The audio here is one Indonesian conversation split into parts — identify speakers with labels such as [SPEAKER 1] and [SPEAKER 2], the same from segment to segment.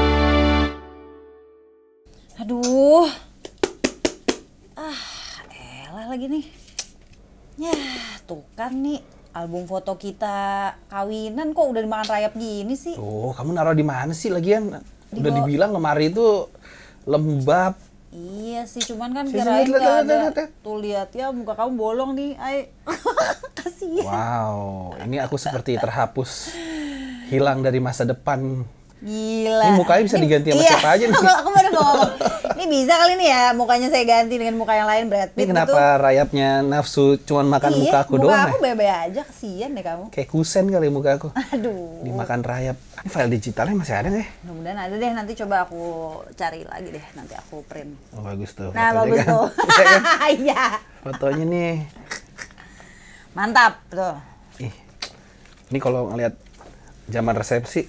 [SPEAKER 1] Ah, apaan Ya, kan nih? Album foto kita kawinan kok udah dimakan rayap gini sih?
[SPEAKER 2] Tuh, kamu naruh di mana sih lagian?
[SPEAKER 1] Di
[SPEAKER 2] Udah
[SPEAKER 1] bawah.
[SPEAKER 2] dibilang lemari itu lembab.
[SPEAKER 1] Iya sih, cuman kan
[SPEAKER 2] Sini,
[SPEAKER 1] kirain gak
[SPEAKER 2] lihat, lihat, lihat,
[SPEAKER 1] ada.
[SPEAKER 2] lihat, lihat.
[SPEAKER 1] Tuh lihat ya, muka kamu bolong nih. Ay, kasihan.
[SPEAKER 2] Wow, ini aku seperti terhapus. Hilang dari masa depan.
[SPEAKER 1] Gila. Iya.
[SPEAKER 2] Ini mukanya bisa diganti sama siapa aja nih.
[SPEAKER 1] aku baru mau ngomong. Ini bisa kali nih ya, mukanya saya ganti dengan muka yang lain Brad
[SPEAKER 2] Ini
[SPEAKER 1] Pitt gitu."
[SPEAKER 2] kenapa rayapnya nafsu cuman makan
[SPEAKER 1] Iya,
[SPEAKER 2] muka aku doang
[SPEAKER 1] Muka aku
[SPEAKER 2] ya?
[SPEAKER 1] bebe aja, kasihan deh kamu.
[SPEAKER 2] Kayak kusen kali ya muka aku.
[SPEAKER 1] Aduh.
[SPEAKER 2] Dimakan rayap. Ini file digitalnya masih ada nggak ya?
[SPEAKER 1] Mudah-mudahan ada deh, nanti coba aku cari lagi deh, nanti aku print.
[SPEAKER 2] Oh, bagus tuh.
[SPEAKER 1] Nah,
[SPEAKER 2] fotonya
[SPEAKER 1] bagus
[SPEAKER 2] kan.
[SPEAKER 1] tuh.
[SPEAKER 2] Iya kan?
[SPEAKER 1] Iya.
[SPEAKER 2] Fotonya nih.
[SPEAKER 1] Mantap tuh.
[SPEAKER 2] Ih, ini kalau ngeliat zaman resepsi,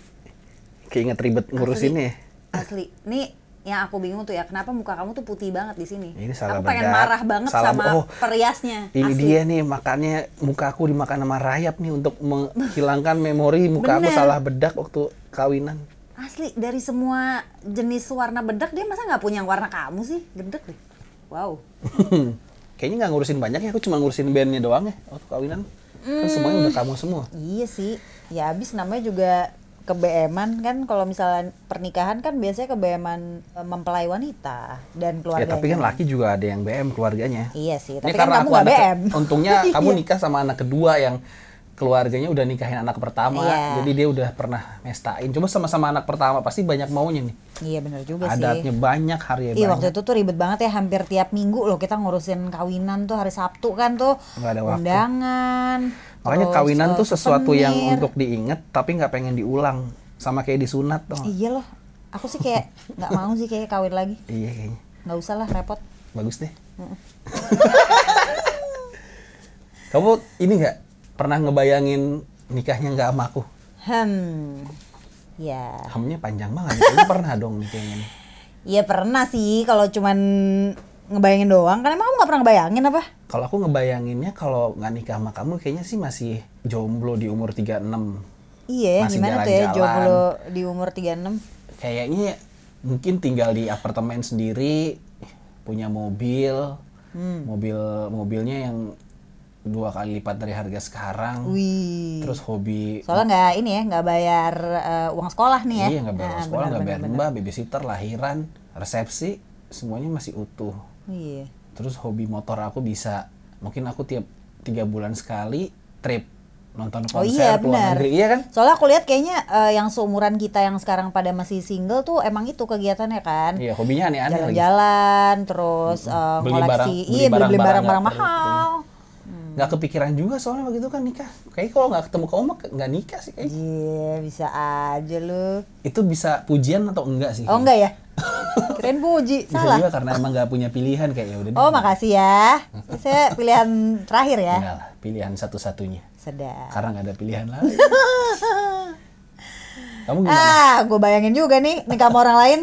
[SPEAKER 2] keinget ribet ngurus
[SPEAKER 1] Asli.
[SPEAKER 2] ini ya.
[SPEAKER 1] Asli. Nih yang aku bingung tuh ya, kenapa muka kamu tuh putih banget di sini?
[SPEAKER 2] Ini salah
[SPEAKER 1] aku pengen
[SPEAKER 2] bedak,
[SPEAKER 1] marah banget
[SPEAKER 2] salah-
[SPEAKER 1] sama
[SPEAKER 2] oh,
[SPEAKER 1] periasnya.
[SPEAKER 2] Ini
[SPEAKER 1] asli.
[SPEAKER 2] dia nih makannya muka aku dimakan sama rayap nih untuk menghilangkan memori muka aku
[SPEAKER 1] Bener.
[SPEAKER 2] salah bedak waktu kawinan.
[SPEAKER 1] Asli dari semua jenis warna bedak dia masa nggak punya yang warna kamu sih? Gedek deh. Wow.
[SPEAKER 2] Kayaknya nggak ngurusin banyak ya, aku cuma ngurusin bandnya doang ya waktu kawinan.
[SPEAKER 1] Hmm.
[SPEAKER 2] Kan semuanya udah kamu semua.
[SPEAKER 1] Iya sih. Ya habis namanya juga kebeeman kan kalau misalnya pernikahan kan biasanya kebeeman eh, mempelai wanita dan
[SPEAKER 2] Ya
[SPEAKER 1] keluarganya.
[SPEAKER 2] tapi kan laki juga ada yang BM keluarganya.
[SPEAKER 1] Iya sih,
[SPEAKER 2] Ini
[SPEAKER 1] tapi kan
[SPEAKER 2] karena
[SPEAKER 1] kamu
[SPEAKER 2] aku
[SPEAKER 1] nggak Iya.
[SPEAKER 2] anak ke-
[SPEAKER 1] BM.
[SPEAKER 2] untungnya kamu nikah sama anak kedua yang keluarganya udah nikahin anak pertama.
[SPEAKER 1] Iya.
[SPEAKER 2] Jadi dia udah pernah mestain. Cuma sama-sama anak pertama pasti banyak maunya nih.
[SPEAKER 1] Iya benar juga sih.
[SPEAKER 2] Adatnya banyak, hari
[SPEAKER 1] Iya
[SPEAKER 2] banyak.
[SPEAKER 1] waktu itu tuh ribet banget ya hampir tiap minggu loh kita ngurusin kawinan tuh hari Sabtu kan tuh
[SPEAKER 2] Nggak ada waktu.
[SPEAKER 1] undangan.
[SPEAKER 2] Makanya
[SPEAKER 1] terus,
[SPEAKER 2] kawinan
[SPEAKER 1] eh,
[SPEAKER 2] tuh sesuatu yang
[SPEAKER 1] souvenir.
[SPEAKER 2] untuk diinget tapi nggak pengen diulang. Sama kayak disunat dong.
[SPEAKER 1] Iya loh, aku sih kayak nggak mau sih kayak kawin lagi,
[SPEAKER 2] Iya kayaknya.
[SPEAKER 1] nggak usah lah repot.
[SPEAKER 2] Bagus deh. kamu ini nggak pernah ngebayangin nikahnya nggak sama aku?
[SPEAKER 1] Hmm, ya,
[SPEAKER 2] Hamnya panjang banget. Kayaknya pernah dong nih kayaknya. nih.
[SPEAKER 1] ya pernah sih kalau cuman ngebayangin doang, kan emang kamu nggak pernah ngebayangin apa?
[SPEAKER 2] Kalau aku ngebayanginnya kalau nggak nikah sama kamu kayaknya sih masih jomblo di umur 36.
[SPEAKER 1] Iya,
[SPEAKER 2] Masih
[SPEAKER 1] gimana tuh ya
[SPEAKER 2] jalan-jalan.
[SPEAKER 1] jomblo di umur 36
[SPEAKER 2] Kayaknya mungkin tinggal di apartemen sendiri, punya mobil.
[SPEAKER 1] Hmm.
[SPEAKER 2] Mobil mobilnya yang dua kali lipat dari harga sekarang.
[SPEAKER 1] Wih,
[SPEAKER 2] Terus hobi
[SPEAKER 1] soalnya nggak ini ya, nggak bayar eh, uang sekolah nih ya?
[SPEAKER 2] Iya, nggak bayar
[SPEAKER 1] Ah,
[SPEAKER 2] sekolah,
[SPEAKER 1] benar,
[SPEAKER 2] nggak
[SPEAKER 1] benar,
[SPEAKER 2] bayar
[SPEAKER 1] benar.
[SPEAKER 2] mbak, babysitter, lahiran, resepsi, semuanya masih utuh.
[SPEAKER 1] Iya.
[SPEAKER 2] Terus hobi motor aku bisa, mungkin aku tiap tiga bulan sekali trip nonton
[SPEAKER 1] Oh iya,
[SPEAKER 2] konser ke luar
[SPEAKER 1] benar.
[SPEAKER 2] negeri, iya kan?
[SPEAKER 1] Soalnya aku lihat kayaknya eh, yang seumuran kita yang sekarang pada masih single tuh emang itu kegiatannya kan.
[SPEAKER 2] Iya, hobinya aneh-aneh lagi.
[SPEAKER 1] Jalan-jalan, terus eh,
[SPEAKER 2] Beli
[SPEAKER 1] koleksi,
[SPEAKER 2] barang- beli
[SPEAKER 1] iya beli-beli
[SPEAKER 2] barang-barang
[SPEAKER 1] barang-barang
[SPEAKER 2] nggak perlu. gitu.
[SPEAKER 1] mahal.
[SPEAKER 2] Nggak kepikiran juga soalnya waktu itu kan nikah. Kayaknya kalau nggak ketemu kamu mah ke- nggak nikah sih kayaknya.
[SPEAKER 1] Iya, bisa aja lu.
[SPEAKER 2] Itu bisa pujian atau enggak sih?
[SPEAKER 1] Oh enggak ya? Keren puji,
[SPEAKER 2] Bisa
[SPEAKER 1] salah.
[SPEAKER 2] juga karena emang nggak punya pilihan kayak ya udah.
[SPEAKER 1] Oh makasih ya. Saya pilihan terakhir ya.
[SPEAKER 2] Enggak lah, pilihan satu-satunya.
[SPEAKER 1] Sedap.
[SPEAKER 2] Karena nggak ada pilihan lain. kamu gimana?
[SPEAKER 1] Ah, gue bayangin juga nih nikah sama orang lain.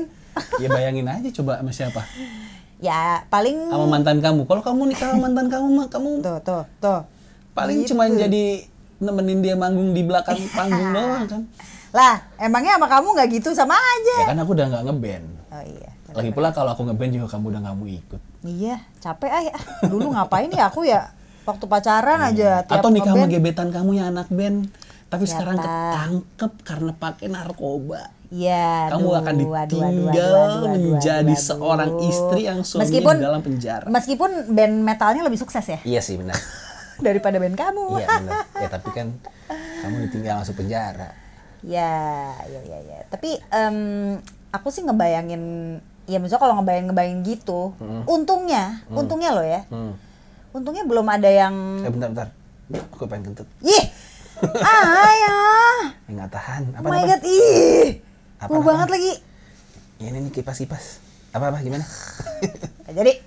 [SPEAKER 2] ya bayangin aja coba sama siapa
[SPEAKER 1] Ya paling
[SPEAKER 2] sama mantan kamu kalau kamu nikah sama mantan kamu mah kamu
[SPEAKER 1] tuh tuh tuh.
[SPEAKER 2] paling
[SPEAKER 1] Gitu.
[SPEAKER 2] cuma jadi nemenin dia manggung di belakang
[SPEAKER 1] Iya.
[SPEAKER 2] panggung doang kan
[SPEAKER 1] Lah, emangnya sama kamu nggak gitu sama aja?
[SPEAKER 2] ya kan aku udah nggak ngeband
[SPEAKER 1] Oh iya.
[SPEAKER 2] lagi pula kalau aku ngeband juga kamu udah nggak mau ikut
[SPEAKER 1] Iya, capek ay. Ah, Dulu ngapain ya aku ya? Waktu pacaran aja tiap
[SPEAKER 2] Iya. atau nikah sama
[SPEAKER 1] ngeband.
[SPEAKER 2] gebetan kamu yang anak band tapi
[SPEAKER 1] Siapa?
[SPEAKER 2] sekarang ketangkep karena pakai narkoba
[SPEAKER 1] Iya,
[SPEAKER 2] Kamu
[SPEAKER 1] aduh,
[SPEAKER 2] akan
[SPEAKER 1] aduh, aduh, aduh,
[SPEAKER 2] ditinggal
[SPEAKER 1] aduh, aduh, aduh,
[SPEAKER 2] menjadi
[SPEAKER 1] aduh.
[SPEAKER 2] seorang istri yang suaminya di dalam penjara.
[SPEAKER 1] Meskipun band metalnya lebih sukses ya
[SPEAKER 2] iya sih benar
[SPEAKER 1] daripada band kamu.
[SPEAKER 2] iya benar ya tapi kan kamu ditinggal masuk penjara
[SPEAKER 1] Ya, ya, ya, ya. Tapi em, aku sih ngebayangin, ya misalnya kalau ngebayangin-ngebayangin gitu, untungnya, untungnya loh ya,
[SPEAKER 2] hmm.
[SPEAKER 1] untungnya belum ada yang,
[SPEAKER 2] eh bentar bentar aku pengen kentut
[SPEAKER 1] ih, ah ya,
[SPEAKER 2] Ya, nggak tahan apa
[SPEAKER 1] oh my god, ih,
[SPEAKER 2] Apa,
[SPEAKER 1] Gua
[SPEAKER 2] apa?
[SPEAKER 1] banget lagi.
[SPEAKER 2] Ya, ini nih kipas kipas. Apa apa gimana?
[SPEAKER 1] Nah, Jadi,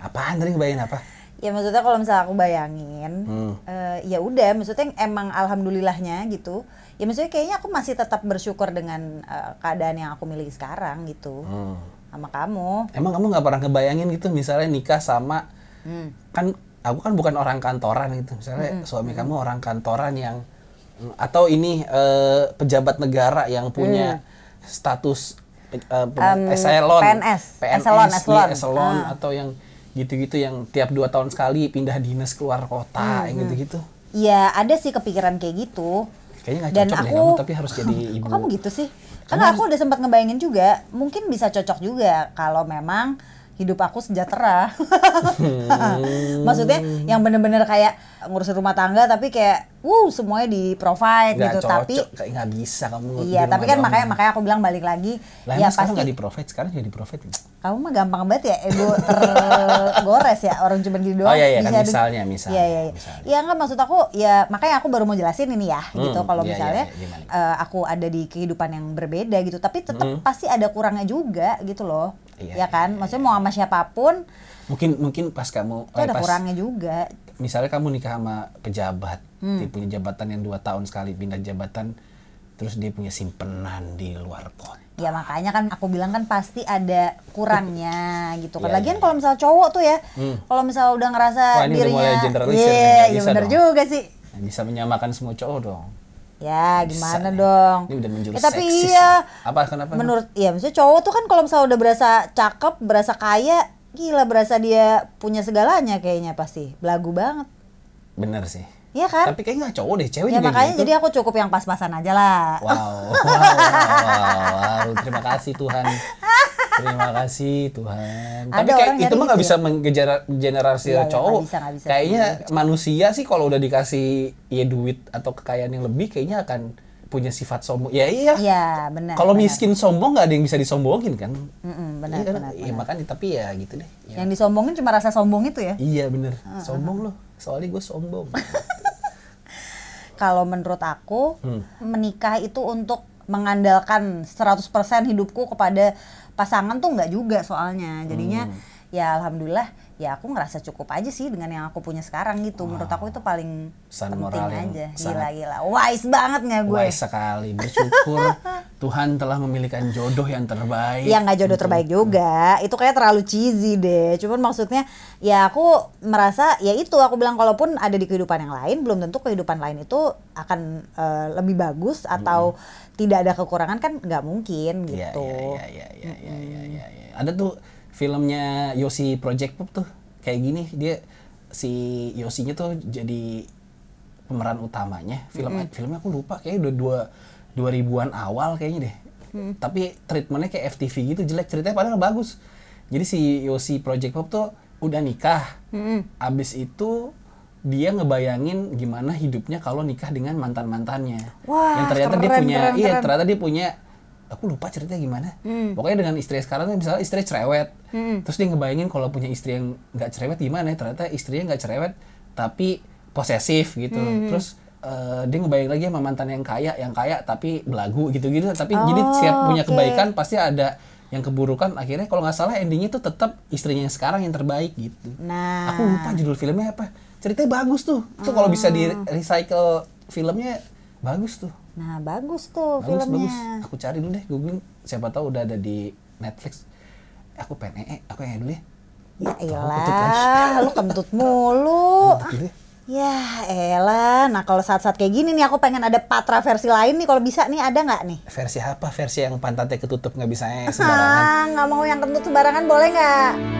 [SPEAKER 2] Apaan tadi ngebayangin apa?
[SPEAKER 1] ya maksudnya kalau misalnya aku bayangin,
[SPEAKER 2] Hmm.
[SPEAKER 1] eh, ya udah, maksudnya yang emang alhamdulillahnya gitu. Ya maksudnya kayaknya aku masih tetap bersyukur dengan eh, keadaan yang aku miliki sekarang gitu,
[SPEAKER 2] Hmm.
[SPEAKER 1] sama kamu.
[SPEAKER 2] Emang kamu nggak pernah ngebayangin gitu misalnya nikah sama
[SPEAKER 1] Hmm.
[SPEAKER 2] kan aku kan bukan orang kantoran gitu misalnya suami
[SPEAKER 1] hmm.
[SPEAKER 2] kamu orang kantoran yang mm, atau ini eh, pejabat negara yang punya status eh, eh,
[SPEAKER 1] Hmm. Em,
[SPEAKER 2] eselon,
[SPEAKER 1] PNS,
[SPEAKER 2] PNS,
[SPEAKER 1] eselon,
[SPEAKER 2] iya,
[SPEAKER 1] eselon. Ah.
[SPEAKER 2] eselon,
[SPEAKER 1] Hmm,
[SPEAKER 2] atau yang gitu-gitu yang tiap dua tahun sekali pindah dinas keluar kota yang gitu-gitu.
[SPEAKER 1] ya ada sih kepikiran kayak gitu
[SPEAKER 2] Kayaknya nggak
[SPEAKER 1] Dan
[SPEAKER 2] cocok deh
[SPEAKER 1] aku-
[SPEAKER 2] kamu, tapi harus jadi ibu.
[SPEAKER 1] kok kamu gitu sih karena aku udah sempat ngebayangin juga mungkin bisa cocok juga kalau memang hidup aku sejahtera
[SPEAKER 2] Hmm.
[SPEAKER 1] maksudnya yang bener-bener kayak ngurusin rumah tangga tapi kayak wow semuanya di provide
[SPEAKER 2] Nggak
[SPEAKER 1] gitu
[SPEAKER 2] cocok,
[SPEAKER 1] tapi
[SPEAKER 2] kayak nggak bisa kamu.
[SPEAKER 1] iya
[SPEAKER 2] di
[SPEAKER 1] tapi
[SPEAKER 2] rumah
[SPEAKER 1] kan makanya
[SPEAKER 2] doang.
[SPEAKER 1] makanya aku bilang balik lagi
[SPEAKER 2] Lah
[SPEAKER 1] ya
[SPEAKER 2] emang sekarang
[SPEAKER 1] pasti
[SPEAKER 2] nggak di profit, sekarang jadi di profit.
[SPEAKER 1] kamu mah gampang banget ya ego tergores ya orang cuma gitu doang
[SPEAKER 2] Oh, iya, iya, kan
[SPEAKER 1] bisa di-
[SPEAKER 2] misalnya, misalnya,
[SPEAKER 1] Iya, iya, iya.
[SPEAKER 2] misalnya.
[SPEAKER 1] Ya, nggak maksud aku ya makanya aku baru mau jelasin ini ya
[SPEAKER 2] Hmm,
[SPEAKER 1] gitu kalau
[SPEAKER 2] iya, iya,
[SPEAKER 1] misalnya
[SPEAKER 2] iya, gimana? Hmm.
[SPEAKER 1] eh, aku ada di kehidupan yang berbeda gitu tapi tetap pasti ada kurangnya juga gitu loh ya
[SPEAKER 2] Iya,
[SPEAKER 1] kan maksudnya mau sama siapapun
[SPEAKER 2] Mungkin mungkin pas kamu
[SPEAKER 1] itu
[SPEAKER 2] eh,
[SPEAKER 1] ada
[SPEAKER 2] pas
[SPEAKER 1] kurangnya juga
[SPEAKER 2] misalnya kamu nikah sama pejabat,
[SPEAKER 1] Hmm.
[SPEAKER 2] dia punya jabatan yang dua tahun sekali pindah jabatan, terus dia punya simpenan di luar kota.
[SPEAKER 1] ya makanya kan aku bilang kan pasti ada kurangnya gitu kan
[SPEAKER 2] Iya,
[SPEAKER 1] lagian
[SPEAKER 2] iya, Hmm.
[SPEAKER 1] kalau misal cowok tuh ya kalau misal udah ngerasa
[SPEAKER 2] Wah, ini udah
[SPEAKER 1] dirinya
[SPEAKER 2] mulai generalisir nih,
[SPEAKER 1] iya
[SPEAKER 2] nggak
[SPEAKER 1] ya
[SPEAKER 2] bisa
[SPEAKER 1] bener
[SPEAKER 2] dong.
[SPEAKER 1] juga sih
[SPEAKER 2] Nah, bisa menyamakan semua cowok dong.
[SPEAKER 1] Ya
[SPEAKER 2] Bisa
[SPEAKER 1] gimana
[SPEAKER 2] nih.
[SPEAKER 1] dong?
[SPEAKER 2] Ini udah menjurus
[SPEAKER 1] Eh, tapi
[SPEAKER 2] seksis
[SPEAKER 1] iya.
[SPEAKER 2] nih. Apa, kenapa emang?
[SPEAKER 1] Menurut iya maksudnya cowok tuh kan kalau misalnya udah berasa cakep, berasa kaya, gila berasa dia punya segalanya kayaknya pasti. Belagu banget.
[SPEAKER 2] Bener sih.
[SPEAKER 1] Iya kan?
[SPEAKER 2] Tapi kayaknya nggak cowok deh, cewek
[SPEAKER 1] ya
[SPEAKER 2] juga
[SPEAKER 1] makanya
[SPEAKER 2] gitu.
[SPEAKER 1] jadi aku cukup yang pas-pasan aja lah.
[SPEAKER 2] Wow, wow, wow, wow. terima kasih Tuhan. Terima kasih Tuhan.
[SPEAKER 1] Ada
[SPEAKER 2] Tapi kayak
[SPEAKER 1] orang
[SPEAKER 2] itu
[SPEAKER 1] nyari
[SPEAKER 2] mah nggak
[SPEAKER 1] gitu
[SPEAKER 2] bisa menggenerasi
[SPEAKER 1] Iya, iya,
[SPEAKER 2] cowok.
[SPEAKER 1] nggak bisa, nggak bisa
[SPEAKER 2] kayaknya manusia sih kalau udah dikasih ya duit atau kekayaan yang lebih, kayaknya akan punya sifat sombong. Ya iya.
[SPEAKER 1] Iya, benar.
[SPEAKER 2] kalau
[SPEAKER 1] benar.
[SPEAKER 2] miskin sombong nggak ada yang bisa disombongin kan?
[SPEAKER 1] Mm-mm, benar,
[SPEAKER 2] Iya kan?
[SPEAKER 1] benar,
[SPEAKER 2] Iya, makanya tapi ya gitu deh. Ya.
[SPEAKER 1] Yang disombongin cuma rasa sombong itu ya.
[SPEAKER 2] Iya bener. Sombong loh. Soalnya gue sombong.
[SPEAKER 1] Kalau menurut aku
[SPEAKER 2] Hmm.
[SPEAKER 1] menikah itu untuk mengandalkan 100% hidupku kepada pasangan tuh nggak juga soalnya. Jadinya
[SPEAKER 2] Hmm.
[SPEAKER 1] ya alhamdulillah ya aku ngerasa cukup aja sih dengan yang aku punya sekarang gitu. Menurut aku itu paling
[SPEAKER 2] Pesan
[SPEAKER 1] penting
[SPEAKER 2] moral yang
[SPEAKER 1] aja. Gila
[SPEAKER 2] sangat-
[SPEAKER 1] gila. Wise banget nggak gue?
[SPEAKER 2] Wise sekali. Bersyukur Tuhan telah memilihkan jodoh yang terbaik.
[SPEAKER 1] Ya nggak
[SPEAKER 2] Gitu.
[SPEAKER 1] jodoh terbaik juga. Itu kayak terlalu cheesy deh. Cuman maksudnya ya aku merasa ya itu aku bilang kalaupun ada di kehidupan yang lain belum tentu kehidupan lain itu akan eh, lebih bagus atau tidak ada kekurangan kan nggak mungkin
[SPEAKER 2] Iya,
[SPEAKER 1] gitu.
[SPEAKER 2] Iya, iya, iya, iya, iya, iya, iya. Ada tuh filmnya Yosi Project Pop tuh kayak gini dia si Yosinya tuh jadi pemeran utamanya. Film filmnya aku lupa kayak udah dua dua ribuan awal kayaknya deh.
[SPEAKER 1] Mm.
[SPEAKER 2] Tapi treatmentnya kayak FTV gitu jelek ceritanya padahal bagus. Jadi si Yosi Project Pop tuh udah nikah. Abis itu dia ngebayangin gimana hidupnya kalau nikah dengan mantan mantannya
[SPEAKER 1] Wah,
[SPEAKER 2] yang ternyata dia
[SPEAKER 1] keren,
[SPEAKER 2] punya
[SPEAKER 1] keren,
[SPEAKER 2] iya
[SPEAKER 1] keren.
[SPEAKER 2] ternyata dia punya aku lupa ceritanya gimana
[SPEAKER 1] Hmm.
[SPEAKER 2] pokoknya dengan istri sekarang tuh misalnya istri cerewet terus dia ngebayangin kalau punya istri yang nggak cerewet gimana ya ternyata istrinya nggak cerewet tapi posesif gitu
[SPEAKER 1] Hmm.
[SPEAKER 2] terus eh, dia ngebayangin lagi sama mantan yang kaya yang kaya tapi belagu gitu-gitu tapi jadi setiap
[SPEAKER 1] Oh,
[SPEAKER 2] punya
[SPEAKER 1] oke.
[SPEAKER 2] kebaikan pasti ada yang keburukan akhirnya kalau nggak salah endingnya tuh tetap istrinya yang sekarang yang terbaik gitu
[SPEAKER 1] Nah,
[SPEAKER 2] aku lupa judul filmnya apa ceritanya bagus tuh tuh kalau bisa di
[SPEAKER 1] Oh.
[SPEAKER 2] recycle filmnya bagus tuh
[SPEAKER 1] nah bagus tuh filmnya.
[SPEAKER 2] bagus bagus aku cari dulu deh googling siapa tahu udah ada di Netflix Eh, aku pengen ee aku yang dulu ya
[SPEAKER 1] Ya
[SPEAKER 2] Tahu, kentut lagi.
[SPEAKER 1] elah, lu kentut mulu.
[SPEAKER 2] Kentut gitu ya.
[SPEAKER 1] Ya elah, nah kalau saat-saat kayak gini nih aku pengen ada patra versi lain nih kalau bisa nih ada nggak nih?
[SPEAKER 2] versi apa versi yang pantatnya ketutup nggak bisa eh, sembarangan
[SPEAKER 1] Ah, nggak mau yang kentut sembarangan boleh nggak?